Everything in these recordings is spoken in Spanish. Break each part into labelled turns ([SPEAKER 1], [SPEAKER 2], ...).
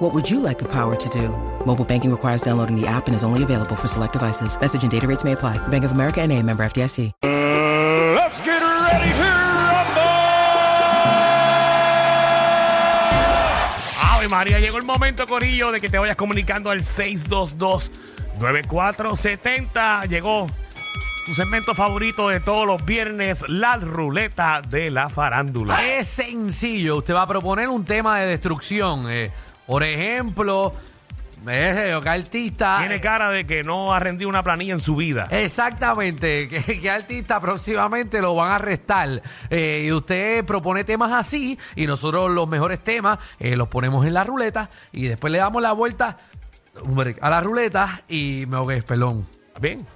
[SPEAKER 1] What would you like the power to do? Mobile banking requires downloading the app and is only available for select devices. Message and data rates may apply. Bank of America and a member FDIC.
[SPEAKER 2] Let's get ready to
[SPEAKER 3] Ave María, llegó el momento, Corillo, de que te vayas comunicando al 622-9470. Llegó tu segmento favorito de todos los viernes, la ruleta de la farándula.
[SPEAKER 4] Es sencillo. Usted va a proponer un tema de destrucción. eh. por ejemplo, ese o qué artista.
[SPEAKER 3] Tiene cara de que no ha rendido una planilla en su vida.
[SPEAKER 4] Eh. Exactamente, ¿Qué, qué artista próximamente lo van a arrestar? Eh, y usted propone temas así y nosotros los mejores temas eh, los ponemos en la ruleta y después le damos la vuelta hombre, a la ruleta y me ahogué, perdón.
[SPEAKER 3] Bien.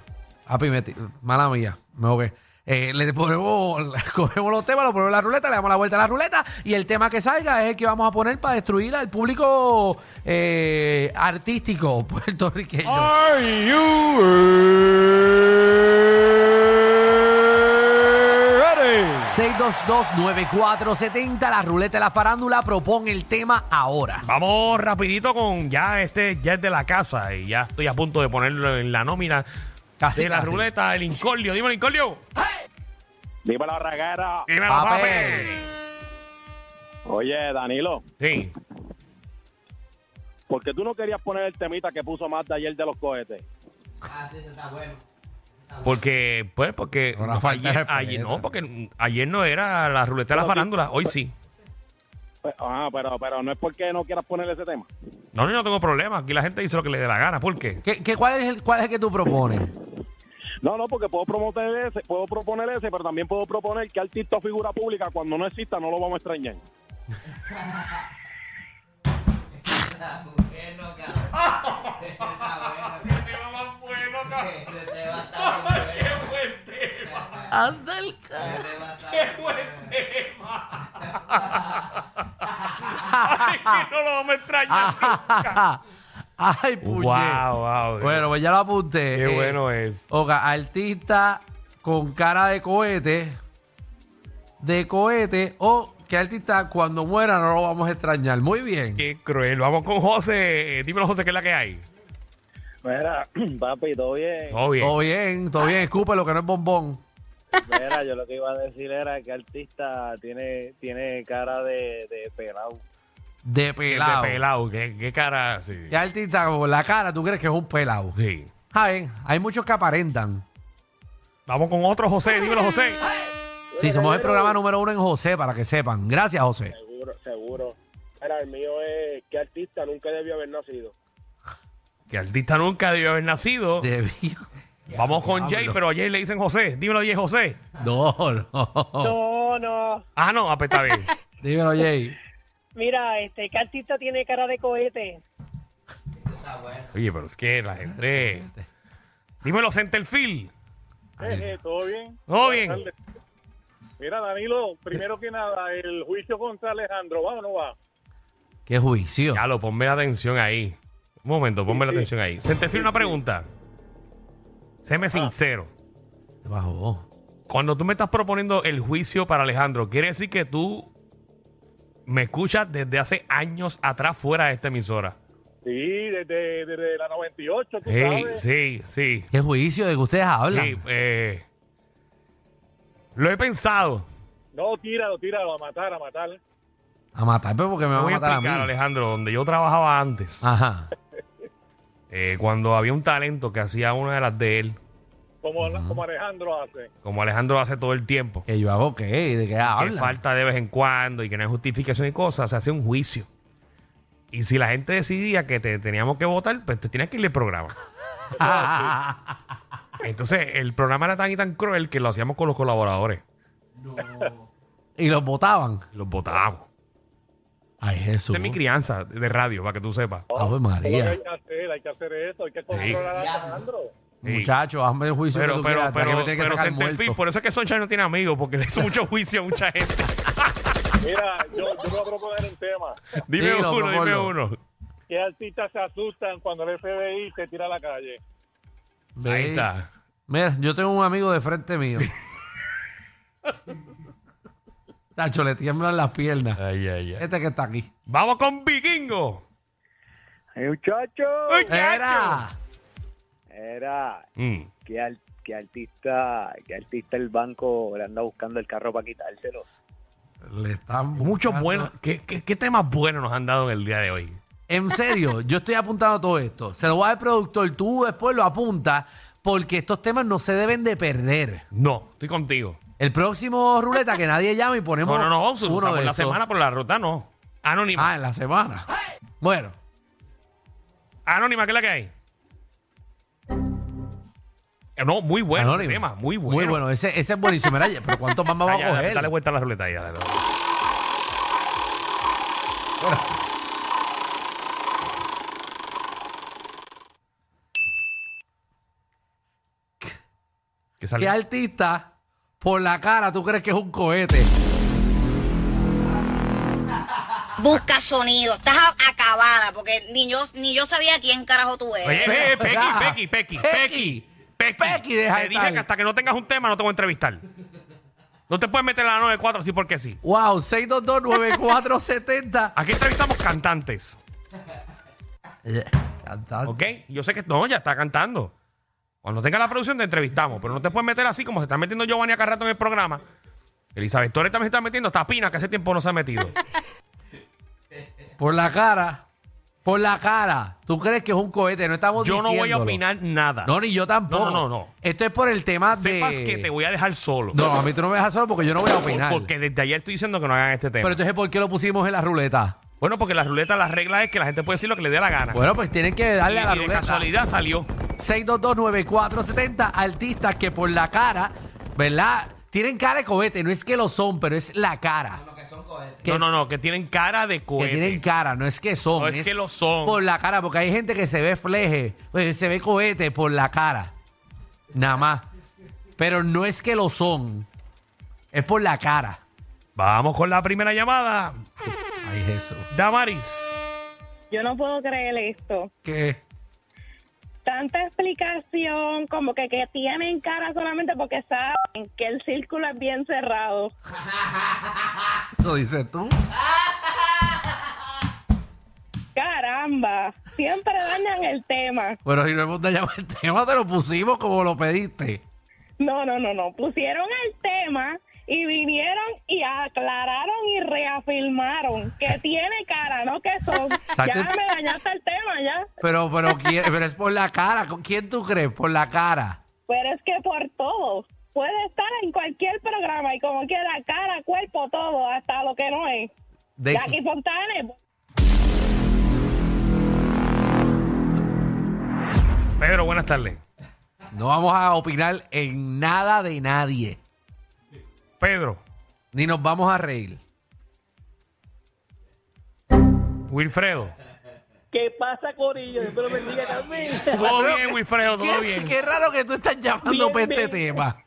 [SPEAKER 4] Papi, me ti- mala mía, me ahogué. Eh, le ponemos, cogemos los temas, los ponemos en la ruleta, le damos la vuelta a la ruleta y el tema que salga es el que vamos a poner para destruir al público eh, artístico puertorriqueño.
[SPEAKER 2] Are you ready?
[SPEAKER 4] 622-9470, la ruleta de la farándula, propone el tema ahora.
[SPEAKER 3] Vamos rapidito con ya este, ya es de la casa y ya estoy a punto de ponerlo en la nómina
[SPEAKER 4] Casi,
[SPEAKER 3] de la
[SPEAKER 4] casi.
[SPEAKER 3] ruleta, el incordio. Dime, incordio.
[SPEAKER 5] Dímelo, Raguera.
[SPEAKER 3] Dímelo,
[SPEAKER 4] Papi.
[SPEAKER 5] Oye, Danilo,
[SPEAKER 3] Sí.
[SPEAKER 5] ¿por qué tú no querías poner el temita que puso Marta ayer de los cohetes?
[SPEAKER 3] Porque, pues, porque
[SPEAKER 4] Una
[SPEAKER 3] no,
[SPEAKER 4] falta de
[SPEAKER 3] ayer,
[SPEAKER 4] respeto.
[SPEAKER 3] ayer- no, porque mm, ayer no era la ruleta de la farándula, hoy sí.
[SPEAKER 5] Pues, ah, pero, pero no es porque no quieras poner ese tema.
[SPEAKER 3] No, yo no tengo problema. Aquí la gente dice lo que le dé la gana. ¿Por qué?
[SPEAKER 4] ¿Qué, qué- cuál, es el, ¿Cuál es el que tú propones?
[SPEAKER 5] No, no, porque puedo promover ese, puedo proponer ese, pero también puedo proponer que artista o figura pública, cuando no exista, no lo vamos a extrañar.
[SPEAKER 4] Anda el
[SPEAKER 3] no lo vamos a
[SPEAKER 4] Ah,
[SPEAKER 3] extrañar.
[SPEAKER 4] Ay, puñet.
[SPEAKER 3] wow, wow.
[SPEAKER 4] Bueno, pues ya lo apunté.
[SPEAKER 3] qué
[SPEAKER 4] Eh,
[SPEAKER 3] bueno es.
[SPEAKER 4] Oga, artista con cara de cohete, de cohete, o que artista cuando muera no lo vamos a extrañar. Muy bien.
[SPEAKER 3] Qué cruel. Vamos con José. Eh, Dímelo, José, ¿qué es la que hay?
[SPEAKER 5] Mira, papi, todo bien.
[SPEAKER 3] Todo bien.
[SPEAKER 4] Todo bien, todo bien. Escupe lo que no es bombón.
[SPEAKER 5] Mira, yo lo que iba a decir era que artista tiene, tiene cara de, de pelado.
[SPEAKER 4] De
[SPEAKER 3] Qué
[SPEAKER 4] pelado.
[SPEAKER 3] pelado. Qué, qué cara. Sí.
[SPEAKER 4] ¿Qué artista con la cara tú crees que es un pelado?
[SPEAKER 3] Sí.
[SPEAKER 4] Saben, hay muchos que aparentan.
[SPEAKER 3] Vamos con otro José. Dímelo, José.
[SPEAKER 4] Sí, somos el programa número uno en José, para que sepan. Gracias, José.
[SPEAKER 5] Seguro, seguro. Mira, el mío es que artista nunca debió haber nacido.
[SPEAKER 3] Que artista nunca debió haber nacido.
[SPEAKER 4] Debió-
[SPEAKER 3] Vamos con Jay,
[SPEAKER 4] Diablo.
[SPEAKER 3] pero a Jay le dicen José. Dímelo, Jay, José.
[SPEAKER 4] No, no.
[SPEAKER 6] No, no.
[SPEAKER 3] Ah, no, apeta bien.
[SPEAKER 4] Dímelo, Jay.
[SPEAKER 6] Mira, este, ¿qué artista tiene cara de cohete?
[SPEAKER 3] Oye, pero es que la gente. Dímelo, Centerfield.
[SPEAKER 5] Eh, ¿Todo bien?
[SPEAKER 3] Todo bien.
[SPEAKER 5] Mira, Danilo, primero que nada, el juicio contra Alejandro, ¿va o no va?
[SPEAKER 4] Qué juicio.
[SPEAKER 3] Ya lo, ponme la atención ahí. Un momento, ponme la atención ahí. Centerfield, una pregunta.
[SPEAKER 5] Ah.
[SPEAKER 3] Séme sincero.
[SPEAKER 4] Bajó.
[SPEAKER 3] Cuando tú me estás proponiendo el juicio para Alejandro, ¿quiere decir que tú me escuchas desde hace años atrás fuera de esta emisora?
[SPEAKER 5] Sí, desde, desde la 98, tú
[SPEAKER 3] Ey,
[SPEAKER 5] sabes.
[SPEAKER 3] sí, sí.
[SPEAKER 4] Qué juicio de que ustedes hablan.
[SPEAKER 3] Sí, eh, lo he pensado.
[SPEAKER 5] No, tíralo, tíralo, a matar, a matar.
[SPEAKER 4] A matarme porque me
[SPEAKER 3] Te
[SPEAKER 4] van
[SPEAKER 3] voy a
[SPEAKER 4] a matar a mí. Ah.
[SPEAKER 3] explicar, Alejandro, donde yo trabajaba antes,
[SPEAKER 4] Ajá.
[SPEAKER 3] eh, cuando había un talento que hacía una de las de él,
[SPEAKER 5] Como, como Alejandro hace.
[SPEAKER 3] como Alejandro lo hace todo el tiempo.
[SPEAKER 4] ¿Que yo hago qué? ¿De qué
[SPEAKER 3] que
[SPEAKER 4] hablan?
[SPEAKER 3] falta de vez en cuando y que no hay justificación y cosas, se hace un juicio. Y si la gente decidía que te teníamos que votar, pues te tienes que ir del programa. Entonces, el programa era tan y tan cruel que lo hacíamos con los colaboradores.
[SPEAKER 4] Y los votaban.
[SPEAKER 3] y Los votábamos.
[SPEAKER 4] Ay, Jesús.
[SPEAKER 3] Esa es mi crianza de radio, para que tú sepas.
[SPEAKER 4] Ave
[SPEAKER 5] Pero
[SPEAKER 4] María.
[SPEAKER 5] hay que hacer, hay que hacer eso, hay que controlar a Alejandro.
[SPEAKER 3] Sí.
[SPEAKER 4] Muchachos, hazme el juicio que
[SPEAKER 3] Pero,
[SPEAKER 4] tú
[SPEAKER 3] pero,
[SPEAKER 4] quieras, ¿para qué
[SPEAKER 3] pero,
[SPEAKER 4] me tienes que
[SPEAKER 3] pero
[SPEAKER 4] sacar
[SPEAKER 3] Centerfield,
[SPEAKER 4] muerto?
[SPEAKER 3] por eso es que Soncha no tiene amigos, porque le hizo mucho juicio a mucha gente.
[SPEAKER 5] Mira, yo, yo voy a proponer un tema.
[SPEAKER 3] Dime
[SPEAKER 4] Dilo,
[SPEAKER 3] uno, dime
[SPEAKER 4] proponlo.
[SPEAKER 3] uno.
[SPEAKER 5] ¿Qué artistas se asustan cuando el FBI te tira a la calle?
[SPEAKER 4] Ve.
[SPEAKER 3] Ahí está.
[SPEAKER 4] Mira, yo tengo un amigo de frente mío. Tacho, le tiemblan las piernas.
[SPEAKER 3] Ay, ay, ay.
[SPEAKER 4] Este que está aquí.
[SPEAKER 3] Vamos con Vikingo.
[SPEAKER 7] muchachos!
[SPEAKER 3] ¡Ay, chacho!
[SPEAKER 4] ¡Era!
[SPEAKER 7] Era,
[SPEAKER 3] Mm.
[SPEAKER 7] ¿qué, al- qué artista, qué artista el banco le anda buscando el carro para quitárselo?
[SPEAKER 4] Le están
[SPEAKER 3] Muchos
[SPEAKER 4] buscando-
[SPEAKER 3] buenos. ¿Qué, qué, qué temas buenos nos han dado en el día de hoy?
[SPEAKER 4] En serio, yo estoy apuntando todo esto. Se lo voy a dar al productor. Tú después lo apuntas porque estos temas no se deben de perder.
[SPEAKER 3] No, estoy contigo.
[SPEAKER 4] El próximo ruleta que nadie llama y ponemos
[SPEAKER 3] No, no, no, se usa
[SPEAKER 4] uno
[SPEAKER 3] por
[SPEAKER 4] de
[SPEAKER 3] la
[SPEAKER 4] estos.
[SPEAKER 3] semana, por la ruta no. Anónima.
[SPEAKER 4] Ah, en la semana. Bueno,
[SPEAKER 3] Anónima, ¿qué es la que hay? Eh, No, muy bueno
[SPEAKER 4] anónimo.
[SPEAKER 3] tema, muy bueno.
[SPEAKER 4] Muy bueno, ese, ese es buenísimo. Mira, pero ¿cuántos más vamos
[SPEAKER 3] Ay,
[SPEAKER 4] a
[SPEAKER 3] ya, dale,
[SPEAKER 4] coger?
[SPEAKER 3] dale vuelta a la ruleta ahí, dale, dale. ¿Qué
[SPEAKER 4] ¿Qué
[SPEAKER 3] salió?
[SPEAKER 4] artista por la cara tú crees que es un cohete?
[SPEAKER 8] Busca sonido. Estás a- acabada porque ni yo ni yo sabía quién carajo tú eres.
[SPEAKER 3] Oye, eh, eh, Pequi,
[SPEAKER 4] Ah.
[SPEAKER 3] Pequi, Pequi,
[SPEAKER 4] Pequi.
[SPEAKER 3] Pequi, Pequi.
[SPEAKER 4] Pequi, deja de
[SPEAKER 3] Te dije
[SPEAKER 4] estar.
[SPEAKER 3] que hasta que no tengas un tema no te voy a entrevistar. No te puedes meter a la 94 así porque sí.
[SPEAKER 4] Wow, 6229470.
[SPEAKER 3] Aquí entrevistamos cantantes,
[SPEAKER 4] Cantar.
[SPEAKER 3] ¿ok? Yo sé que no, ya está cantando. Cuando tenga la producción te entrevistamos, pero no te puedes meter así como se está metiendo Giovanni Acarrato en el programa. Elizabeth Torres también se está metiendo, hasta Pina, que hace tiempo no se ha metido.
[SPEAKER 4] Por la cara. Por la cara. ¿Tú crees que es un cohete? No estamos
[SPEAKER 3] Yo no voy a
[SPEAKER 4] diciéndolo.
[SPEAKER 3] opinar nada.
[SPEAKER 4] No, ni yo tampoco.
[SPEAKER 3] No, no, no, no.
[SPEAKER 4] Esto es por el tema de.
[SPEAKER 3] Sepas que te voy a dejar solo.
[SPEAKER 4] No, a mí tú no me dejas solo porque yo no voy a opinar.
[SPEAKER 3] porque desde ayer estoy diciendo que no hagan este tema.
[SPEAKER 4] Pero entonces, ¿por qué lo pusimos en la ruleta?
[SPEAKER 3] bueno, porque la ruleta, la regla es que la gente puede decir lo que le dé la gana.
[SPEAKER 4] Bueno, pues tienen que darle a la
[SPEAKER 3] y de
[SPEAKER 4] ruleta.
[SPEAKER 3] casualidad salió.
[SPEAKER 4] 6229470 artistas que por la cara, ¿verdad? Tienen cara de cohete, no es que lo son, pero es la cara. Que-
[SPEAKER 3] no, no, no, que tienen cara de
[SPEAKER 4] Que
[SPEAKER 3] cohete.
[SPEAKER 4] tienen cara, no es que son.
[SPEAKER 3] No es que lo son.
[SPEAKER 4] Por la cara, porque hay gente que se ve fleje, eh, se ve cohete por la cara. Nada más. Pero no es que lo son. Es por la cara.
[SPEAKER 3] Vamos con la primera llamada.
[SPEAKER 4] Ay, Jesús.
[SPEAKER 3] Damaris.
[SPEAKER 6] Yo no puedo creer esto.
[SPEAKER 4] ¿Qué?
[SPEAKER 6] Tanta explicación, como que, que tienen cara solamente porque saben que el círculo es bien cerrado.
[SPEAKER 4] Eso dices tú.
[SPEAKER 6] Caramba, siempre dañan el tema.
[SPEAKER 4] Bueno, si no hemos dañado el tema, te lo pusimos como lo pediste.
[SPEAKER 6] No, no, no, no. Pusieron el tema y vinieron y aclararon y reafirmaron que tiene cara, no que son.
[SPEAKER 4] Exacto.
[SPEAKER 6] Ya me dañaste el tema, ya.
[SPEAKER 4] Pero, pero, ¿quién- pero es por la cara. ¿Con quién tú crees? Por la cara.
[SPEAKER 6] Pero es que por todo. Puede estar en cualquier programa y como quiera, cara, cuerpo, todo, hasta lo que no es.
[SPEAKER 4] De-
[SPEAKER 6] Jackie Fontana es
[SPEAKER 3] Pedro, buenas tardes.
[SPEAKER 4] No vamos a opinar en nada de nadie.
[SPEAKER 3] Pedro.
[SPEAKER 4] Ni nos vamos a reír.
[SPEAKER 3] Wilfredo.
[SPEAKER 5] ¿Qué pasa, Corillo? Dios me lo bendiga también.
[SPEAKER 3] Todo bien, Wilfredo, todo
[SPEAKER 4] Qué,
[SPEAKER 3] bien.
[SPEAKER 4] qué raro que tú estás llamando
[SPEAKER 5] Bien,
[SPEAKER 4] para este
[SPEAKER 5] bien.
[SPEAKER 4] tema.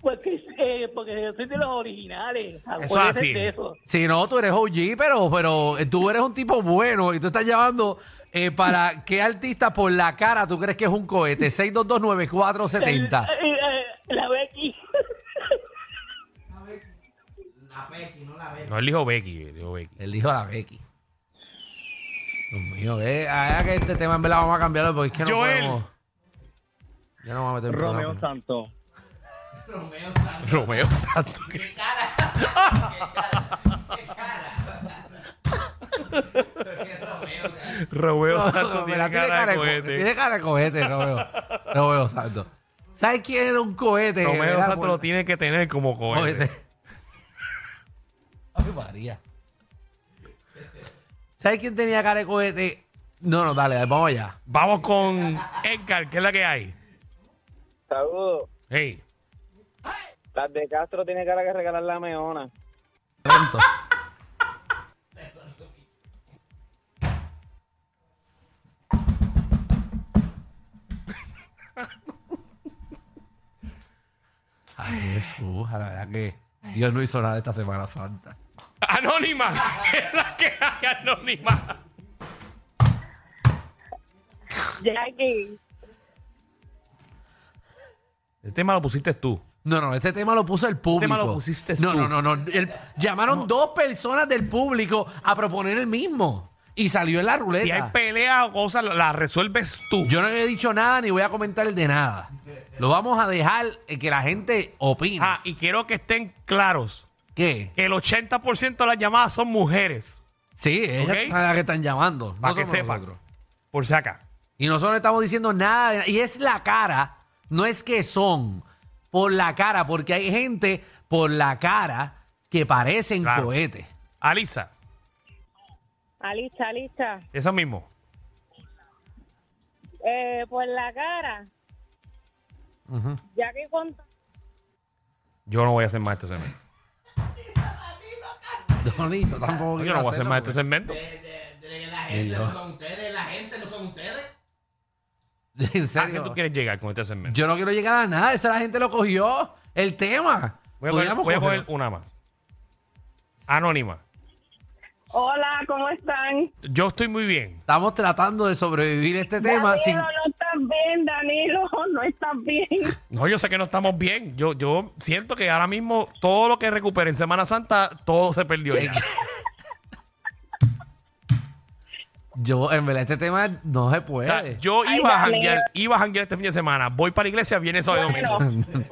[SPEAKER 5] Porque, eh, porque yo soy de los originales.
[SPEAKER 3] Eso es así.
[SPEAKER 5] Acuérdense de eso.
[SPEAKER 4] Si no, tú eres OG, pero, pero eh, tú eres un tipo bueno y tú estás llamando eh, para qué artista por la cara tú crees que es un cohete. 6229470.
[SPEAKER 5] Eh, eh, La Becky.
[SPEAKER 3] No, él dijo Becky, él dijo Becky.
[SPEAKER 4] Él dijo a la Becky. Dios mío, ve, a ver que este tema en verdad vamos a cambiarlo porque es que no
[SPEAKER 3] Joel.
[SPEAKER 4] podemos. Ya no vamos a meter
[SPEAKER 5] Romeo
[SPEAKER 4] Santos.
[SPEAKER 5] Santos.
[SPEAKER 3] Romeo Santos. Romeo Santos tiene cara de cohete.
[SPEAKER 4] Tiene cara de cohete, Romeo. Romeo Santos. ¿Sabes quién era un cohete?
[SPEAKER 3] Romeo
[SPEAKER 4] Era
[SPEAKER 3] Santos
[SPEAKER 4] por-
[SPEAKER 3] lo tiene que tener como cohete.
[SPEAKER 4] Ay, María. ¿Sabes quién tenía cara de cohete? No, no, dale, dale, vamos allá.
[SPEAKER 3] Vamos con Edgar, que es la que hay.
[SPEAKER 7] Saludos.
[SPEAKER 3] Hey.
[SPEAKER 7] Las de Castro tiene cara que regalar la meona.
[SPEAKER 4] Pronto. Ay, Jesús, la verdad que Dios no hizo nada esta Semana Santa.
[SPEAKER 3] Anónima. Es la que hay, anónima.
[SPEAKER 6] Jackie,
[SPEAKER 3] El tema lo pusiste tú.
[SPEAKER 4] No, no, este tema lo puso el público.
[SPEAKER 3] tema lo pusiste
[SPEAKER 4] no,
[SPEAKER 3] tú.
[SPEAKER 4] no, no, no. El- llamaron dos personas del público a proponer el mismo. Y salió en la ruleta.
[SPEAKER 3] Si hay pelea o cosas, la- la resuelves tú.
[SPEAKER 4] Yo no he dicho nada ni voy a comentar de nada. Lo vamos a dejar eh, que la gente opine.
[SPEAKER 3] Ah, y quiero que estén claros
[SPEAKER 4] ¿Qué?
[SPEAKER 3] que el 80% de las llamadas son mujeres.
[SPEAKER 4] Sí, ellas
[SPEAKER 3] Ok.
[SPEAKER 4] son las que están llamando.
[SPEAKER 3] Para
[SPEAKER 4] no
[SPEAKER 3] que
[SPEAKER 4] somos
[SPEAKER 3] sepan.
[SPEAKER 4] nosotros.
[SPEAKER 3] Por si acá.
[SPEAKER 4] Y nosotros no estamos diciendo nada. de- y es la cara. No es que son. Por la cara. Porque hay gente por la cara que parecen
[SPEAKER 3] Claro.
[SPEAKER 4] cohetes.
[SPEAKER 3] Alisa,
[SPEAKER 6] Alista, lista.
[SPEAKER 3] eso mismo.
[SPEAKER 6] Eh, por la cara. Jackie con
[SPEAKER 3] Yo no voy a hacer más este segmento.
[SPEAKER 4] No, ni- yo
[SPEAKER 3] Yo no
[SPEAKER 4] tampoco quiero
[SPEAKER 3] voy a hacer
[SPEAKER 4] hacerlo
[SPEAKER 3] más este
[SPEAKER 4] porque-
[SPEAKER 3] segmento.
[SPEAKER 4] En
[SPEAKER 3] ¿A qué tú
[SPEAKER 4] serio.
[SPEAKER 3] quieres llegar con este segmento?
[SPEAKER 4] Yo no quiero llegar a nada. Esa la gente lo cogió. El tema.
[SPEAKER 3] Voy a, coger,
[SPEAKER 4] Podríamos
[SPEAKER 3] voy a coger
[SPEAKER 4] cogerlo.
[SPEAKER 3] una más. Anónima.
[SPEAKER 6] Hola, ¿cómo están?
[SPEAKER 3] Yo estoy muy bien.
[SPEAKER 4] Estamos tratando de sobrevivir este tema.
[SPEAKER 6] Danilo,
[SPEAKER 4] sin...
[SPEAKER 6] no estás bien, Danilo, no estás bien.
[SPEAKER 3] No, yo sé que no estamos bien. Yo, yo siento que ahora mismo todo lo que recuperé en Semana Santa, todo se perdió ya.
[SPEAKER 4] Yo, en verdad, este tema no se
[SPEAKER 3] O
[SPEAKER 4] puede.
[SPEAKER 3] sea, yo
[SPEAKER 6] Ay,
[SPEAKER 3] iba a
[SPEAKER 6] dale.
[SPEAKER 3] janguear, iba a janguear este fin de semana. Voy para la iglesia, viene sábado y domingo.
[SPEAKER 6] Bueno,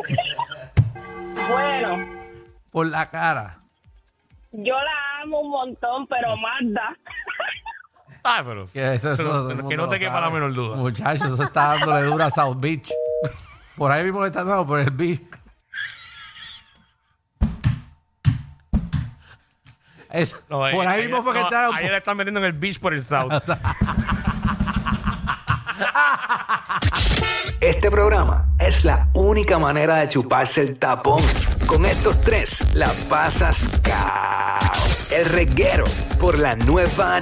[SPEAKER 6] bueno,
[SPEAKER 4] Por la cara.
[SPEAKER 6] yo la amo un montón, pero Magda.
[SPEAKER 3] Ah, pero.
[SPEAKER 4] Que, eso,
[SPEAKER 3] eso
[SPEAKER 4] eso
[SPEAKER 3] no-
[SPEAKER 4] todo el
[SPEAKER 3] que
[SPEAKER 4] mundo
[SPEAKER 3] no
[SPEAKER 4] lo
[SPEAKER 3] te quepa la
[SPEAKER 4] sabe.
[SPEAKER 3] menor duda.
[SPEAKER 4] Muchachos, eso está dándole dura a South Beach. Por ahí mismo le están dando por el beach. Eso,
[SPEAKER 3] No, eh,
[SPEAKER 4] por ahí mismo fue que
[SPEAKER 3] no,
[SPEAKER 4] entraron.
[SPEAKER 3] Ayer le están metiendo en el beach por el south.
[SPEAKER 9] Este programa es la única manera de chuparse el tapón. Con estos tres la pasas cao. El reguero por la nueva